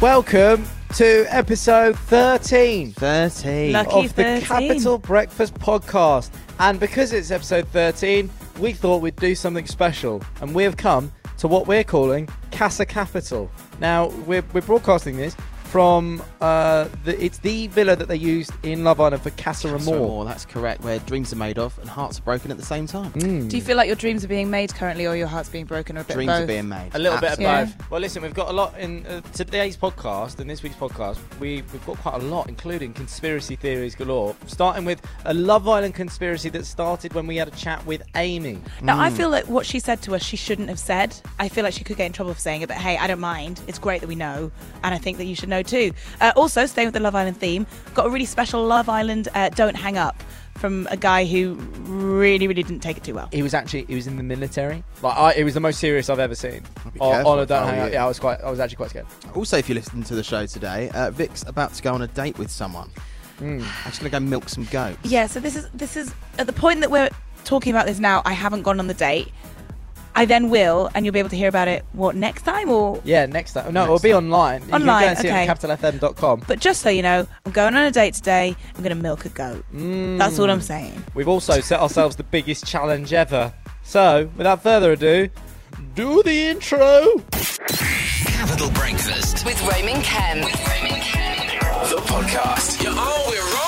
Welcome to episode 13 13. Lucky. of the 13. Capital Breakfast Podcast. And because it's episode 13, we thought we'd do something special. And we have come to what we're calling Casa Capital. Now, we're, we're broadcasting this from uh, the, it's the villa that they used in Love Island for Casa Castle Ramor. Moore, that's correct, where dreams are made of and hearts are broken at the same time. Do you feel like your dreams are being made currently, or your heart's being broken, or a Mm. bit Dreams of both? are being made. A little Absolutely. bit Yeah. of both. Well, listen, we've got a lot in uh, today's podcast and this week's podcast. We, we've got quite a lot, including conspiracy theories galore. Starting with a Love Island conspiracy that started when we had a chat with Amy. Now, Mm. I feel like what she said to us, she shouldn't have said. I feel like she could get in trouble for saying it, but hey, I don't mind. It's great that we know, and I think that you should know too. Uh, also, staying with the Love Island theme, got a really special Love Island uh, Don't Hang Up from a guy who really, really didn't take it too well. He was actually he was in the military. Like I, it was the most serious I've ever seen. Be On, careful on a don't if I hang were up. you. Yeah, I was quite. I was actually quite scared. Also, if you're listening to the show today, uh, Vic's about to go on a date with someone. I'm just going to go milk some goats. Yeah, so this is this is at the point that we're talking about this now. I haven't gone on the date. I then will, and you'll be able to hear about it. What next time or Yeah, next time. No, Next it'll be time. online. You Online, can go and see it at capitalfm.com. But just so you know, I'm going on a date today. I'm going to milk a goat. Mm. That's all I'm saying. We've also set ourselves the biggest challenge ever. So, without further ado, do the intro. Capital Breakfast, with Roman Ken. With Roman Ken. the podcast. Yeah, oh, we're rolling.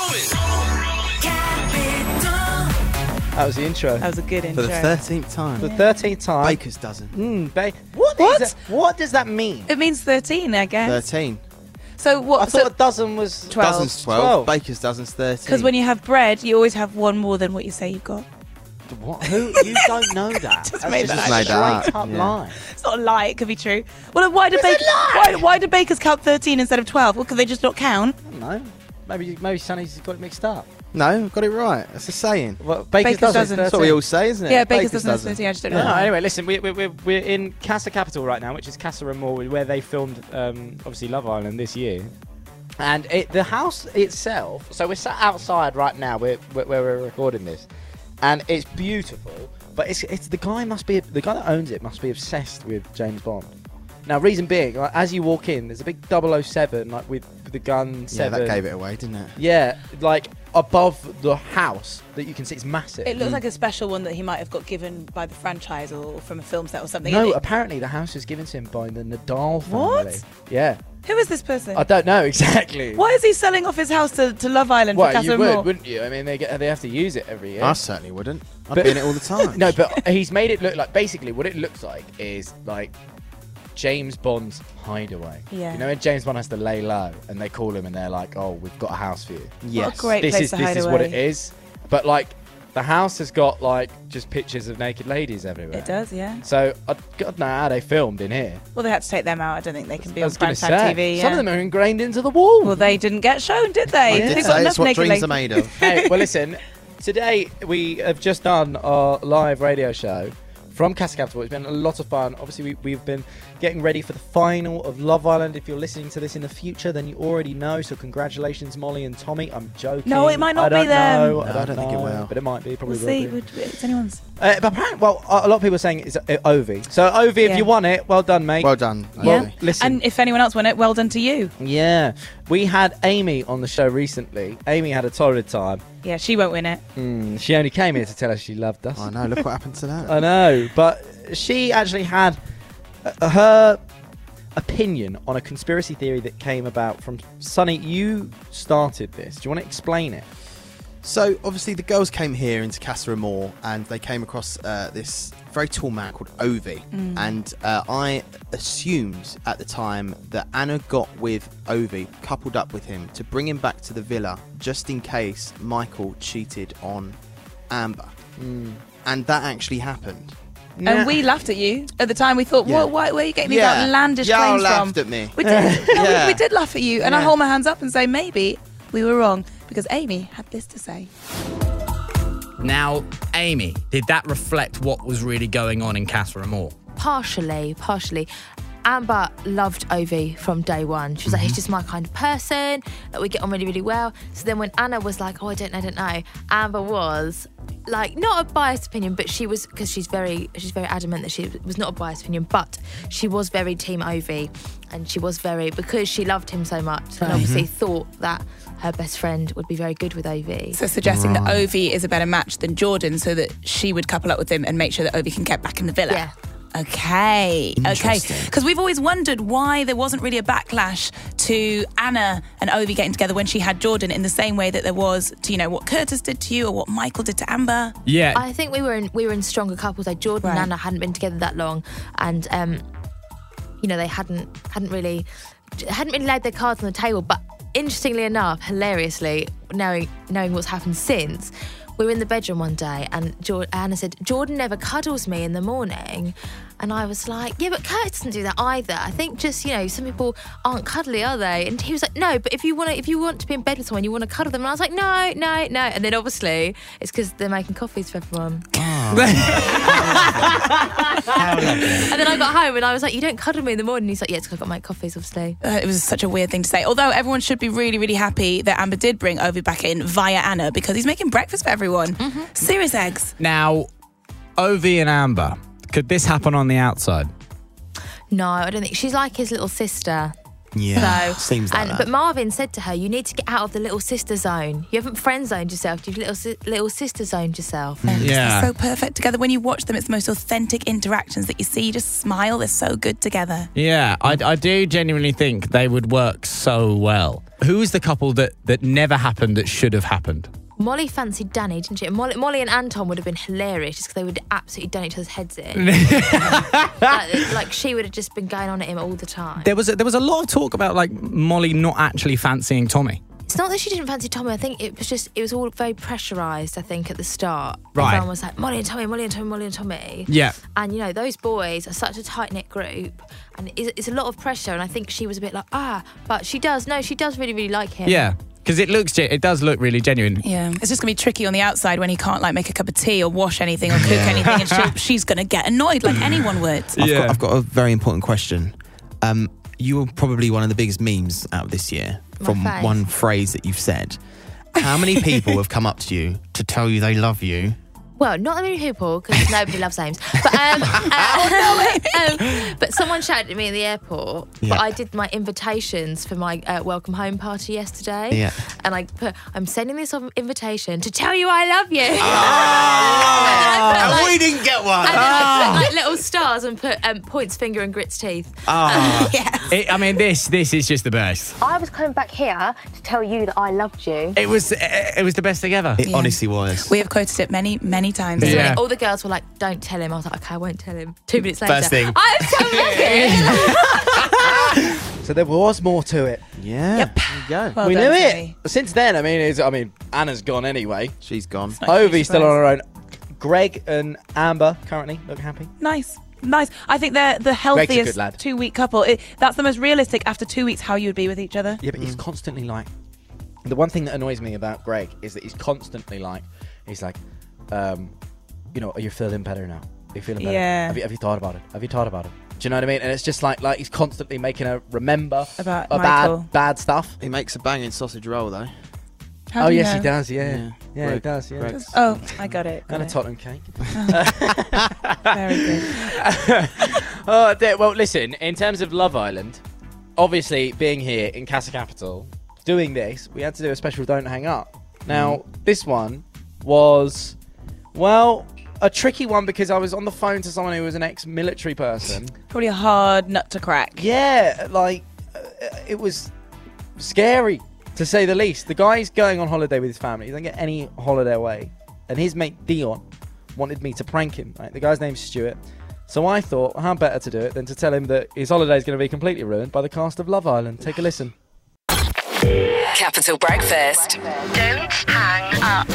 That was the intro. That was a good For intro. the 13th time. the thirteenth time. Baker's dozen. Mm, ba- what? is What? that- what does that mean? it means 13, I guess. 13. So I what? thought a Because dozen was 12. Dozen's 12. Twelve. Baker's dozen's 13. when you have bread, you always have one more than what you say you've got. What? Who? You don't know that. That's made just a up. that Made that straight up, up yeah. lie. It's not a lie. It could be true. Well, why do bakers? Why, why do bakers count 13 instead of 12? Well, could they just not count? I don't know. Maybe maybe Sunny's got it mixed up. No, got it right. That's a saying. Well, Baker's, Baker's dozen. dozen. That's what we all say, isn't it? Yeah, bakers doesn't have 13. I just don't know. No, no, anyway, listen, we, we, we're, we're in Casa Capital right now, which is Casa Amor, where they filmed, um, obviously, Love Island this year. And it, the house itself, so we're sat outside right now we're, where where we're recording this, and it's beautiful, but it's, it's the guy must be, the guy that owns it must be obsessed with James Bond. Now, reason being, like, as you walk in, there's a big 007, like, with the gun, Yeah, seven. that gave it away, didn't it? Yeah, like, above the house that you can see, it's massive. It looks like a special one that he might have got given by the franchise or from a film set or something. No, It- apparently the house was given to him by the Nadal family. What? Yeah. who is this person? I don't know exactly. why is he selling off his house to, to Love Island for Well, Casa you would, Amor? wouldn't you? I mean, they get, they have to use it every year. I certainly wouldn't. I'd But- be in it all the time. No, but he's made it look like basically what it looks like is like James Bond's hideaway. Yeah. You know, when James Bond has to lay low and they call him and they're like, "Oh, we've got a house for you." Yes. What a great this place is to this hide is away. what it is. But like, the house has got like just pictures of naked ladies everywhere. It does, yeah. So I God know how they filmed in here. Well, they had to take them out. I don't think they can be I on was gonna primetime say, TV. Some yeah. of them are ingrained into the wall. Well, they didn't get shown, did they? I did they say got it's enough what naked dreams ladies. are made of. hey, well, listen. Today we have just done our live radio show from Casa Capital. It's been a lot of fun. Obviously, we, we've been getting ready for the final of Love Island. If you're listening to this in the future, then you already know. So congratulations, Molly and Tommy. I'm joking. No, it might not I don't be them. know. I No, don't, I don't think it know, will. but it might be. Probably We'll will see. be. Would- It's anyone's. Uh, but apparently, well, a a lot of people are saying it's uh, Ovi. So Ovi, if Yeah. you won it, well done, mate. Well done. Well, Amy. listen. And if anyone else won it, well done to you. yeah, we had Amy on the show recently. Amy had a torrid time. Yeah, she won't win it. Mm, She only came here to tell us she loved us. I know. Look what happened to that. I know, but she actually had uh, her opinion on a conspiracy theory that came about from Sonny. You started this. Do you want to explain it? So obviously the girls came here into Casa Amor and they came across uh, this very tall man called Ovi, Mm. and uh, I assumed at the time that Anna got with Ovi, coupled up with him, to bring him back to the villa just in case Michael cheated on Amber, and that actually happened. And we laughed at you at the time. We thought, Yeah. what? Why, where are you getting these Yeah. outlandish Y'all claims laughed from? at me. We did. no, we- Yeah. we, did laugh at you. And I Yeah. hold my hands up and say, maybe we were wrong because Amy had this to say. Now, Amy, did that reflect what was really going on in Casa Amor? Partially, partially. Amber loved Ovi from day one. She was Mm-hmm. like, he's just my kind of person, that we get on really, really well. So then when Anna was like, oh, I don't know, I don't know, Amber was, like not a biased opinion, but she was because she's very she's very adamant that she was not a biased opinion, but she was very team Ovi, and she was very because she loved him so much, and obviously thought that her best friend would be very good with Ovi. Mm-hmm. So suggesting that Ovi is a better match than Jordan, so that she would couple up with him and make sure that Ovi can get back in the villa. Yeah. Okay. Okay. Interesting. Because we've always wondered why there wasn't really a backlash to Anna and Ovi getting together when she had Jordan, in the same way that there was to you know what Curtis did to you or what Michael did to Amber. Yeah. I think we were in we were in stronger couples. Like Jordan Right. and Anna hadn't been together that long, and um, you know they hadn't hadn't really hadn't really laid their cards on the table. But interestingly enough, hilariously, knowing knowing what's happened since. We were in the bedroom one day, and Jor- Anna said, "Jordan never cuddles me in the morning," and I was like, "Yeah, but Kurt doesn't do that either. I think just you know, some people aren't cuddly, are they?" And he was like, "No, but if you want to, if you want to be in bed with someone, you want to cuddle them." And I was like, "No, no, no." And then obviously, it's because they're making coffees for everyone. And then I got home and I was like, "You don't cuddle me in the morning." He's like, "Yeah, it's 'cause I've got my coffees, obviously." Uh, it was such a weird thing to say. Although everyone should be really, really happy that Amber did bring Ovi back in via Anna because he's making breakfast for everyone. Mm-hmm. Serious eggs. Now, Ovi and Amber, could this happen on the outside? No, I don't think she's like his little sister. Yeah, So, seems like and, that. But Marvin said to her, "You need to get out of the little sister zone. You haven't friend zoned yourself. You've little si- little sister zoned Hmm. yourself." Mm-hmm. Yeah. They're so perfect together. When you watch them, it's the most authentic interactions that you see. You just smile. They're so good together. Yeah, I, I do genuinely think they would work so well. Who is the couple that, that never happened that should have happened? Molly fancied Danny, didn't she? And Molly, Molly and Anton would have been hilarious just because they would have absolutely done each other's heads in. like, like she would have just been going on at him all the time. There was a, there was a lot of talk about like Molly not actually fancying Tommy. It's not that she didn't fancy Tommy. I think it was just it was all very pressurised. I think at the start, Right. Everyone was like Molly and Tommy, Molly and Tommy, Molly and Tommy. Yeah. And you know those boys are such a tight knit group, and it's, it's a lot of pressure. And I think she was a bit like ah, but she does no, she does really really like him. Yeah, because it looks ge- it does look really genuine. Yeah, it's just gonna be tricky on the outside when he can't like make a cup of tea or wash anything or cook anything, and she'll, she's gonna get annoyed like anyone would. I've, got, I've got a very important question. Um, you were probably one of the biggest memes out this year from face. one phrase that you've said. How many people have come up to you to tell you they love you? Well, not that many people because nobody loves Ames. But um, uh, um, but someone shouted at me at the airport. Yeah. But I did my invitations for my uh, welcome home party yesterday. Yeah. And I put, I'm sending this on- invitation to tell you I love you. Ah. And then I put, And like- Oh, we didn't get one. and then I put, like little stars and put um, points, finger, and grits teeth. It, I mean, this this is just the best. I was coming back here to tell you that I loved you. It was eh, it was the best thing ever. It honestly was. We have quoted it many, many times. So Yeah. all the girls were like, "Don't tell him." I was like, "Okay, I won't tell him." Two minutes later, First thing. I'm so lucky. So there was more to it. yeah. Yep. Well we done, knew Zoe. it. Since then, I mean, it's, I mean, Anna's gone anyway. She's gone. Ovi's still on her own. Greg and Amber currently look happy. Nice. Nice. I think they're the healthiest lad. two week couple. It, that's the most realistic after two weeks how you would be with each other. Yeah, but he's constantly like. The one thing that annoys me about Greg is that he's constantly like, he's like, um, you know, are you feeling better now? Are you feeling better? Yeah. Have you, have you thought about it? Have you thought about it? Do you know what I mean? And it's just like, like he's constantly making her remember About Michael. bad, bad stuff. He makes a banging sausage roll, though. How oh do you yes, he know? does. Yeah, yeah, he Greg- does. Yeah. Greg's- Oh, I got it. Got And a it. Tottenham cake. Very good. Oh, there- well, listen, in terms of Love Island, obviously being here in Casa Capital, doing this, we had to do a special Don't Hang Up. Now, this one was, well, a tricky one because I was on the phone to someone who was an ex military person. Probably a hard nut to crack. yeah, like, uh, it was scary, to say the least. The guy's going on holiday with his family, he doesn't get any holiday away. And his mate Dion wanted me to prank him. Right? The guy's name's Stuart. So I thought, well, how better to do it than to tell him that his holiday is going to be completely ruined by the cast of Love Island. Take a listen. Capital Breakfast. Don't hang up.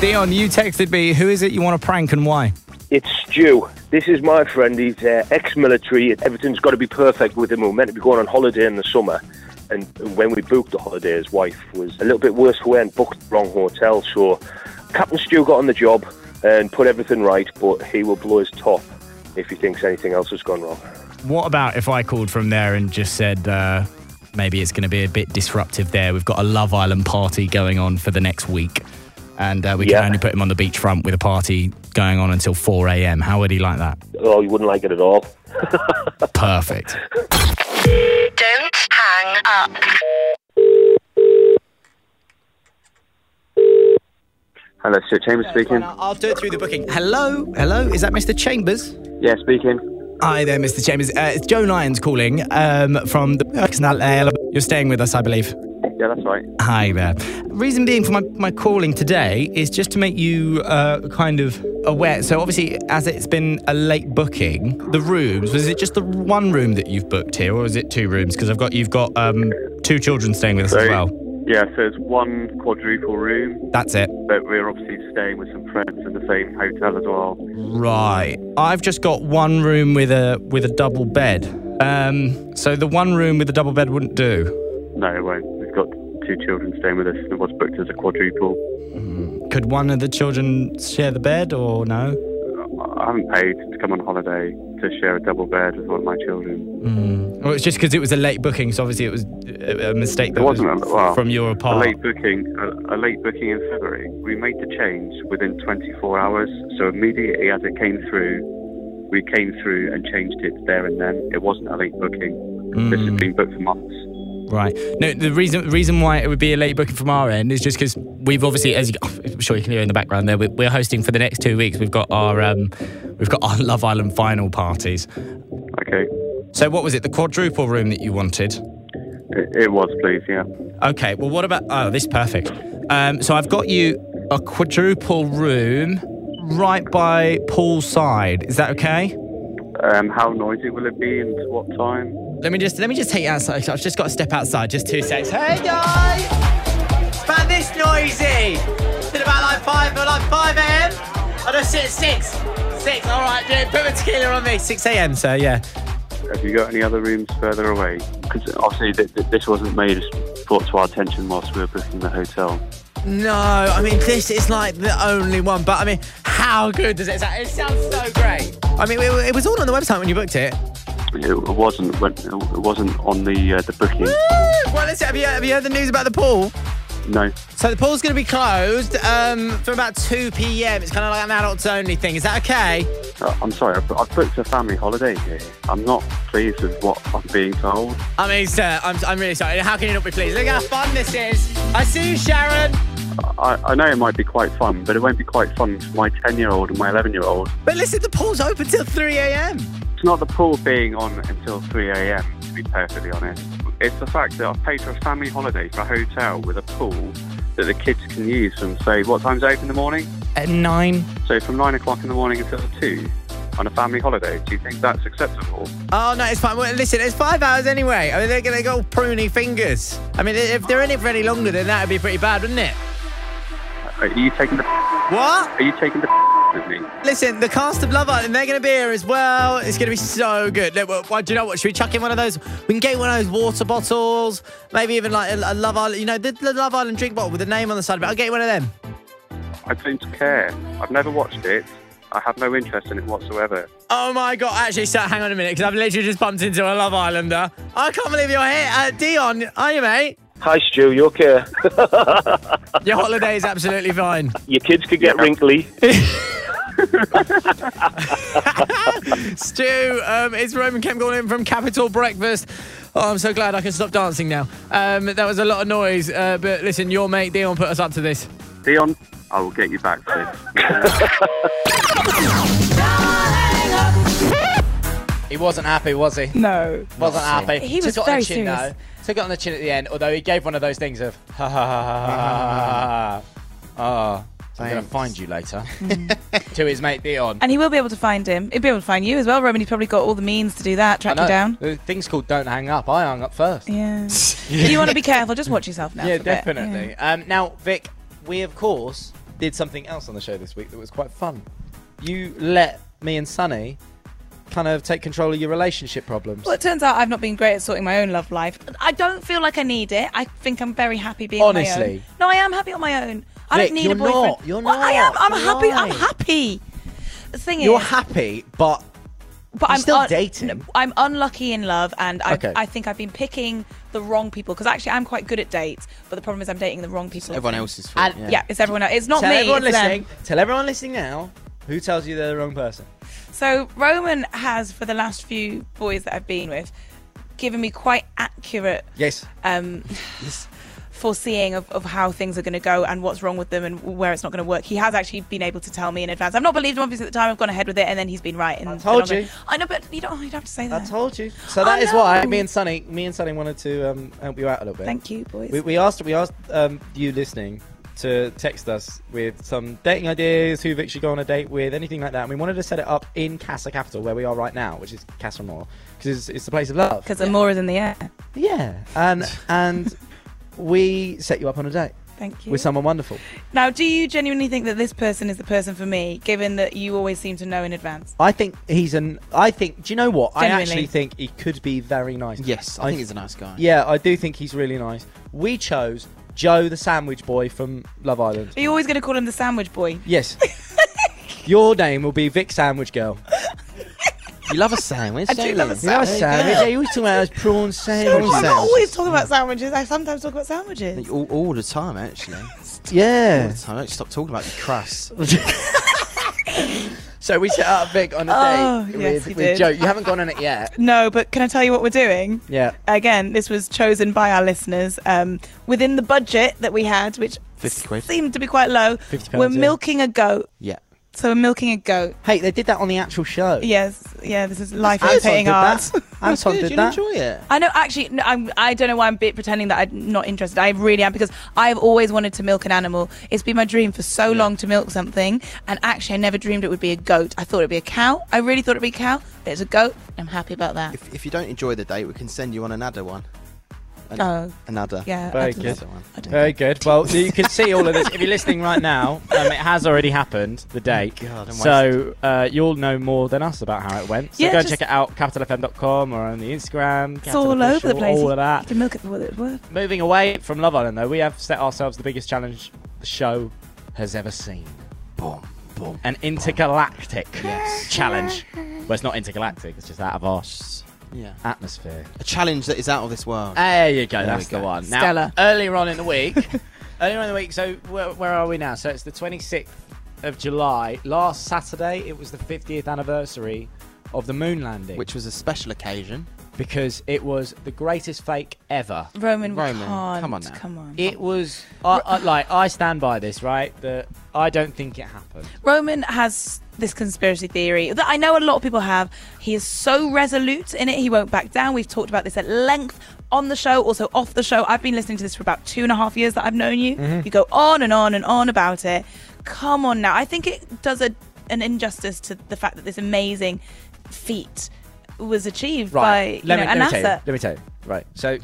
Dion, you texted me. Who is it you want to prank and why? It's Stu. This is my friend. He's uh, ex-military. Everything's got to be perfect with him. We're meant to be going on holiday in the summer, and when we booked the holiday, his wife was a little bit worse for wear and booked the wrong hotel. So Captain Stu got on the job and put everything right, but he will blow his top if he thinks anything else has gone wrong. What about if I called from there and just said, uh, maybe it's going to be a bit disruptive there. We've got a Love Island party going on for the next week, and uh, we Yeah. can only put him on the beachfront with a party going on until 4 a.m. How would he like that? Oh, you wouldn't like it at all. Perfect. Don't hang up. Hello, Sir Chambers speaking. I'll do it through the booking. Hello, hello. Is that Mr. Chambers? Yeah, speaking. Hi there, Mr. Chambers. Uh, it's Joe Lyons calling um, from the. You're staying with us, I believe. Yeah, that's right. Hi there. Reason being for my, my calling today is just to make you uh, kind of aware. So, obviously, as it's been a late booking, the rooms, was it just the one room that you've booked here, or is it two rooms? Because I've got, you've got um, two children staying with us as So- well. Yeah, so it's one quadruple room, That's it. but we're obviously staying with some friends in the same hotel as well. Right. I've just got one room with a with a double bed. Um, so the one room with a double bed wouldn't do. No, it won't. We've got two children staying with us, and it was booked as a quadruple. Could one of the children share the bed or no? I haven't paid to come on holiday to share a double bed with one of my children. Well, it's just because it was a late booking, so obviously it was uh, a a mistake that It wasn't was a, well, from your A part. late booking, a, a late booking in February. We made the change within 24 hours. So immediately as it came through, we came through and changed it there and then. It wasn't a late booking. This Hmm. has been booked for months. Right. No, the reason reason why it would be a late booking from our end is just because we've obviously, as you, I'm sure you can hear in the background there, we- we're hosting for the next two weeks. We've got our um, we've got our Love Island final parties. Okay. So what was it? The quadruple room that you wanted? It, it was, please, yeah. Okay. Well, what about? Oh, this is perfect. Um, so I've got you a quadruple room right by poolside. Is that okay? Um, how noisy will it be and what time? Let me just let me just take you outside. I've just got to step outside. Just two seconds. Hey guys! It's about this noisy. It's been about like 5, but like 5 a.m. I don't sit at 6. 6, alright, dude, put the tequila on me. 6 a.m. So yeah. Have you got any other rooms further away? Because obviously th- th- this wasn't made brought to our attention whilst we were booking the hotel. No, I mean, this is like the only one, but I mean, how good does it sound? It sounds so great. I mean, it, it was all on the website when you booked it. It it wasn't. when- It wasn't on the uh, the booking. Well, listen, have you, have you heard the news about the pool? No. So the pool's going to be closed um, from about 2 p.m. It's kind of like an adults only thing. Is that okay? Uh, I'm sorry. I've, I've booked a family holiday here. I'm not pleased with what I'm being told. I mean, sir, uh, I'm, I'm really sorry. How can you not be pleased? Look how fun this is. I see you, Sharon. I, I know it might be quite fun, but it won't be quite fun for my 10 year old and my 11 year old. But listen, the pool's open till 3 a.m. It's not the pool being on until 3 a.m., to be perfectly honest. It's the fact that I've paid for a family holiday for a hotel with a pool that the kids can use from, say, what time's it open in the morning? At nine. So from 9 o'clock in the morning until 2 on a family holiday. Do you think that's acceptable? Oh, no, it's fine. Well, listen, it's five hours anyway. I mean, they're going to go pruny fingers. I mean, if they're in it for any longer, then that would be pretty bad, wouldn't it? Are you taking the Are What? you taking the with me? Listen, the cast of Love Island, they're going to be here as well. It's going to be so good. Look, well, well, do you know what? Should we chuck in one of those? We can get one of those water bottles, maybe even like a, a Love Island, you know, the, the Love Island drink bottle with the name on the side of it. I'll get you one of them. I don't care. I've never watched it. I have no interest in it whatsoever. Oh my god! Actually, sir, hang on a minute, because I've literally just bumped into a Love Islander. I can't believe you're here, uh, Dion. Are you, mate? Hi, Stu. You okay? Your holiday is absolutely fine. Your kids could get wrinkly. Stu, um, it's Roman Kemp calling in from Capital Breakfast. Oh, I'm so glad I can stop dancing now. Um, that was a lot of noise, uh, but listen, your mate Dion put us up to this. Dion, I will get you back to this. He wasn't happy, was he? No. Wasn't happy. He was Took it on very the chin, serious. Though. Took it on the chin at the end, although he gave one of those things of ha ha ha ha ha. ha. Oh, I'm gonna Thanks. find you later. to his mate Dion. Mm. And he will be able to find him. He'll be able to find you as well, Roman. He's probably got all the means to do that, I track know, you down. The thing's called "Don't Hang Up." I hung up first. Yeah. you want to be careful. Just watch yourself now. yeah, for a bit. definitely. Um, now, Vic, we of course did something else on the show this week that was quite fun. You let me and Sunny kind of take control of your relationship problems. Well, it turns out I've not been great at sorting my own love life. I don't feel like I need it. I think I'm very happy being on my own. Honestly. No, I am happy on my own. I Nick, don't need you're a boyfriend. not. You're Well, I am. not. I'm happy. I'm Why? happy. The thing You're is, happy, but but You're I'm still un- dating. no, I'm unlucky in love, and I, Okay. I think I've been picking the wrong people because actually I'm quite good at dates, but the problem is I'm dating the wrong people. everyone else's fault, And- yeah. yeah. it's everyone else. It's not tell me. everyone it's them. listening. Tell everyone listening now who tells you they're the wrong person. So Roman has, for the last few boys that I've been with, given me quite accurate Yes. um, foreseeing of, of how things are going to go and what's wrong with them and where it's not going to work. He has actually been able to tell me in advance. I've not believed him obviously at the time. I've gone ahead with it, and then he's been right. And I told you. I know, but you don't. You don't have to say I that. told you. So Uh, I that is why know. me and Sunny, me and Sunny wanted to um, help you out a little bit. Thank you, boys. We, we asked we asked um, you listening to text us with some dating ideas, who Vic should go on a date with, anything like that. And we wanted to set it up in Casa Capital, where we are right now, which is Casa More, because it's, it's the place of love. Because Amore is in the air. Yeah, and and we set you up on a date Thank you. with someone wonderful. Now, do you genuinely think that this person is the person for me, given that you always seem to know in advance? I think he's an. I think. Do you know what? I Genuinely. actually think he could be very nice. Yes, I think he's a nice guy. Yeah, I do think he's really nice. We chose Joe the Sandwich Boy from Love Island. Are you always going to call him the sandwich boy? Yes. Your name will be Vic Sandwich Girl. You love a sandwich, I don't do you? love a You know, a Sandwich sandwich. girl. Yeah, you always talk about those prawn I'm sandwiches. Prawn not sandwiches. always talking about sandwiches. I sometimes talk about sandwiches. All, all the time, actually. All Yeah. the time. Don't stop talking about the crust. So we set up Vic on a Oh, date yes, with, you with did. Joe. You haven't gone on it yet. No, but can I tell you what we're doing? Yeah. Again, this was chosen by our listeners um, within the budget that we had, which 50 quid. seemed to be quite low. 50 we're pounds, yeah. milking a goat, Yeah. so we're milking a goat. Hey, they did that on the actual show. Yes, yeah, this is life Anton imitating did art. that. Anton Good, did you that. enjoy it. I know, actually, no, I'm, I don't know why I'm bit pretending that I'm not interested. I really am because I've always wanted to milk an animal. It's been my dream for so long to milk something, and actually, I never dreamed it would be a goat. I thought it'd be a cow. I really thought it'd be a cow, but it's a goat. I'm happy about that. If, if you don't enjoy the date, we can send you on another one. An- Oh. Another. yeah, I Very don't good. know. I don't Very good. Well, you can see all of this. If you're listening right now, um, it has already happened, Oh the date. God, I'm so uh, you'll know more than us about how it went. So Yeah, go and just- check it out, capitalfm.com or on the Instagram. It's all Capital over the Official, place. All of You that. can milk it for what it's worth. Moving away from Love Island, though, we have set ourselves the biggest challenge the show has ever seen. Boom, boom. An intergalactic challenge. Well, it's not intergalactic, it's just out of our Yeah. atmosphere. A challenge that is out of this world. There you go. There that's we the go. one. Now, Stella. earlier on in the week, earlier on in the week. So where, where are we now? So it's the 26th of July. Last Saturday, it was the 50th anniversary of the moon landing, Which was a special occasion. because it was the greatest fake ever. Roman, we Roman, can't. come on now. Come on. It was I, I, like I stand by this, right? That I don't think it happened. Roman has this conspiracy theory that I know a lot of people have. He is so resolute in it, he won't back down. We've talked about this at length on the show, also off the show. I've been listening to this for about two and a half years that I've known you. Mm-hmm. You go on and on and on about it. Come on now. I think it does a, an injustice to the fact that this amazing feat was achieved by you let, know, me, a let me tell you. NASA. Let me tell you. Right. So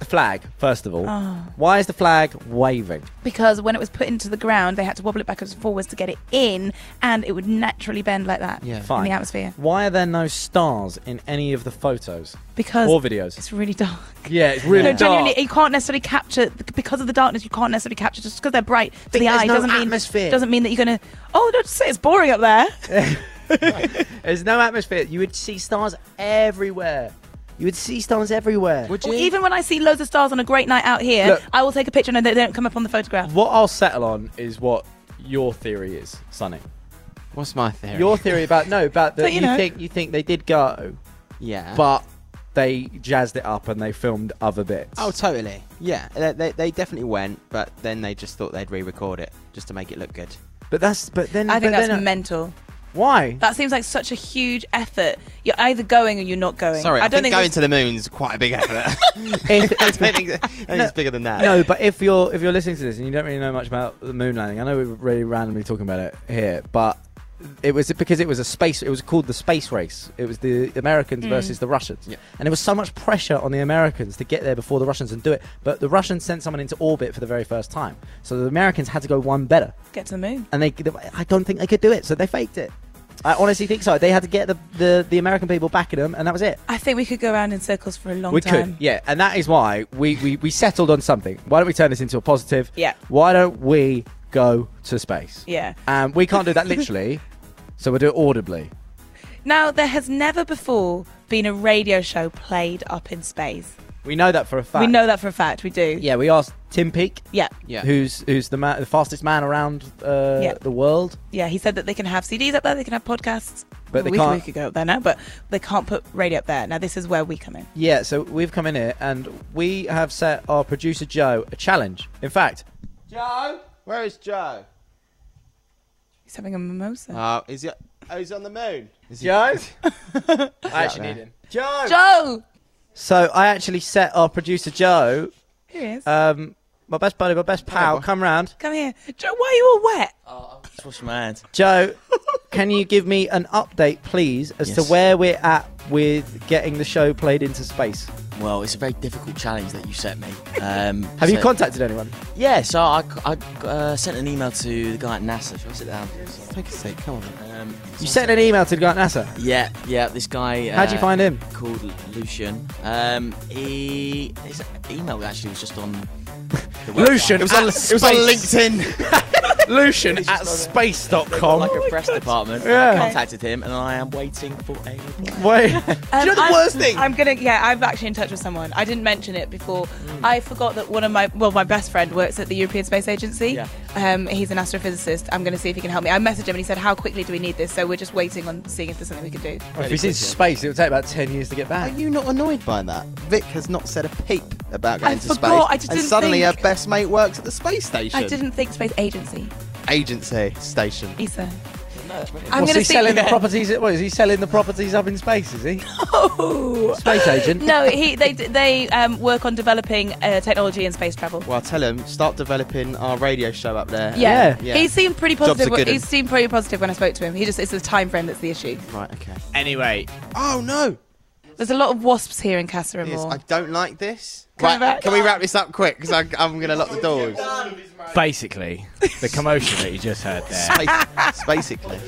the flag, first of all. Oh. Why is the flag waving? because when it was put into the ground, they had to wobble it backwards and forwards to get it in, and it would naturally bend like that Yeah. Fine. in the atmosphere. Why are there no stars in any of the photos Because or videos? it's really dark. Yeah, it's really No, dark. genuinely, you can't necessarily capture because of the darkness. You can't necessarily capture just because they're bright to the there's eye. no doesn't atmosphere. mean doesn't mean that you're gonna. Oh, no, just say it's boring up there. There's no atmosphere. You would see stars everywhere. You would see stars everywhere. Would you? Or even when I see loads of stars on a great night out here, Look. I will take a picture and they don't come up on the photograph. What I'll settle on is what your theory is, Sonny. What's my theory? Your theory about no, about that But, you, you know. think you think they did go, Yeah. but they jazzed it up and they filmed other bits. Oh, totally. Yeah. They, they, they definitely went, but then they just thought they'd re record it just to make it look good. but that's but then I think but that's then, uh, mental. why. That seems like such a huge effort. You're either going or you're not going. Sorry, I, don't think, there's- going to the moon's quite a big effort. If- I think, I think it's bigger than that. no, but if you're if you're listening to this and you don't really know much about the moon landing, I know we're really randomly talking about it here, but it was because it was a space. It was called the space race. It was the Americans versus the Russians, Yeah. and there was so much pressure on the Americans to get there before the Russians and do it. But the Russians sent someone into orbit for the very first time, so the Americans had to go one better, Get to the moon. and they I don't think they could do it, so they faked it. I honestly think so. They had to get the the, the American people backing them, and that was it. I think we could go around in circles for a long We time. could, yeah, and that is why we, we we settled on something. Why don't we turn this into a positive? Yeah. Why don't we go to space? Yeah. And we can't do that literally, so we'll do it audibly. Now, there has never before been a radio show played up in space. We know that for a fact. We know that for a fact. We do. Yeah, we asked Tim Peake. Yeah. Who's who's the man, the fastest man around uh, Yeah. the world? Yeah, he said that they can have CDs up there, they can have podcasts. But Well, they we, could- can't- we could go up there now, but they can't put radio up there. Now, this is where we come in. Yeah. So we've come in here and we have set our producer Joe a challenge. In fact, Joe, where is Joe? He's having a mimosa. Ah. Uh, is he? Oh, he's on the moon. Is he? Joe. I actually need him. Joe. Joe! So I actually set our producer Joe, Here he is. um, my best buddy, my best pal, come round. Come here. Joe, why are you all wet? What's my hand? Joe, can you give me an update, please, as to Yes. where we're at with getting the show played into space? Well, it's a very difficult challenge that you set me. Um, Have you so- contacted anyone? Yeah, so I, I uh, sent an email to the guy at NASA. Should I sit down? Take a seat. Come on. Um, You sent an email to the guy at NASA. Yeah, yeah. This guy. How'd you find him? Called Lu- Lucian. Um, he his email actually was just on. The website. Lucian It was at on, space. it was on LinkedIn. Lucian at space.com. like a press department. Yeah. I contacted him, and I am waiting for a reply. Wait. Um, know the I'm- worst thing? I'm gonna yeah, I'm actually in touch with someone. I didn't mention it before. Mm. I forgot that one of my well, my best friend works at the European Space Agency. Yeah. Um, he's an astrophysicist. I'm gonna see if he can help me. I messaged him and he said, How quickly do we need this? So we're just waiting on seeing if there's something we can do. Well, if he's in space, it'll take about 10 years to get Are back. you not annoyed by that? Vic has not said a peep about I going to space, forgot, I just and didn't suddenly think. her best mate works at the space station. I didn't think space agency. Agency station. Isa. I'm What's gonna he see selling the properties? What, is he selling the properties up in space, is he? Oh. Space agent. No, he they they um, work on developing uh, technology in space travel. Well, tell him start developing our radio show up there. Yeah. Yeah. he seemed pretty Job's a positive. good He un. seemed pretty positive when I spoke to him. He just it's the time frame that's the issue. Right. Okay. Anyway, Oh no. There's a lot of wasps here in Casa Yes, Amor. I don't like this. Come Right, back. can we wrap this up quick? Because I'm going to lock the doors. basically, the commotion that you just heard there. Basi- Basically.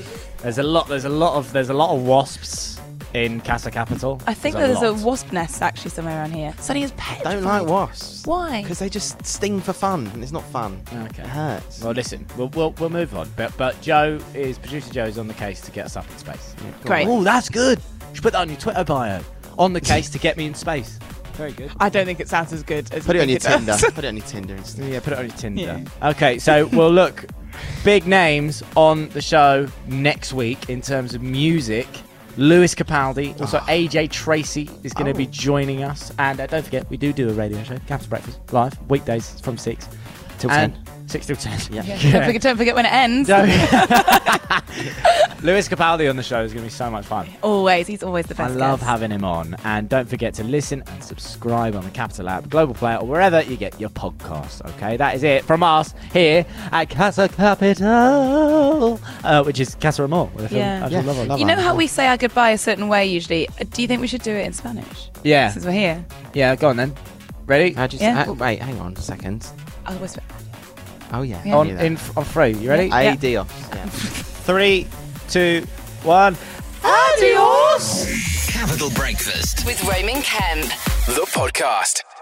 There's a lot. There's a lot of. There's a lot of wasps in Casa Capital. I think there's there's a, lot. wasp nest actually somewhere around here. Sonny is petrified. Don't like wasps. Why? Because they just sting for fun, and it's not fun. Okay. It hurts. Well, listen, we'll, we'll, we'll move on. But but Joe is producer Joe is on the case to get us up in space. Great. Oh, that's good. You should put that on your Twitter bio. On the case to get me in space. Very good. I don't think it sounds as good as Put it you on your think it Tinder. does. Put it on your Tinder instead. Yeah, put it on your Tinder. Okay, so we'll look big names on the show next week in terms of music. Lewis Capaldi, also AJ Tracy is going to be joining us, and uh, don't forget we do do a radio show, Capital Breakfast Live, weekdays from six till ten, six till ten. Yeah. Don't, forget, don't forget when it ends. Lewis Capaldi on the show is going to be so much fun. Always, he's always the I best. love guest. having him on. And don't forget to listen and subscribe on the Capital app, Global Player, or wherever you get your podcasts. Okay, that is it from us here at Casa Capital, uh, which is Casa Amor. With the film Yeah. Actual Love On. You know how we say our goodbye a certain way usually. Uh, Do you think we should do it in Spanish? Yeah, Since we're here. yeah. Go on then. Ready? How do you Yeah. uh, wait, hang on a second. I'll whisper. Oh, yeah. Yeah. I On knew that. in f- on three. You ready? Yeah. AD off. Yeah. Three, two, one. With Roman Kemp. The podcast.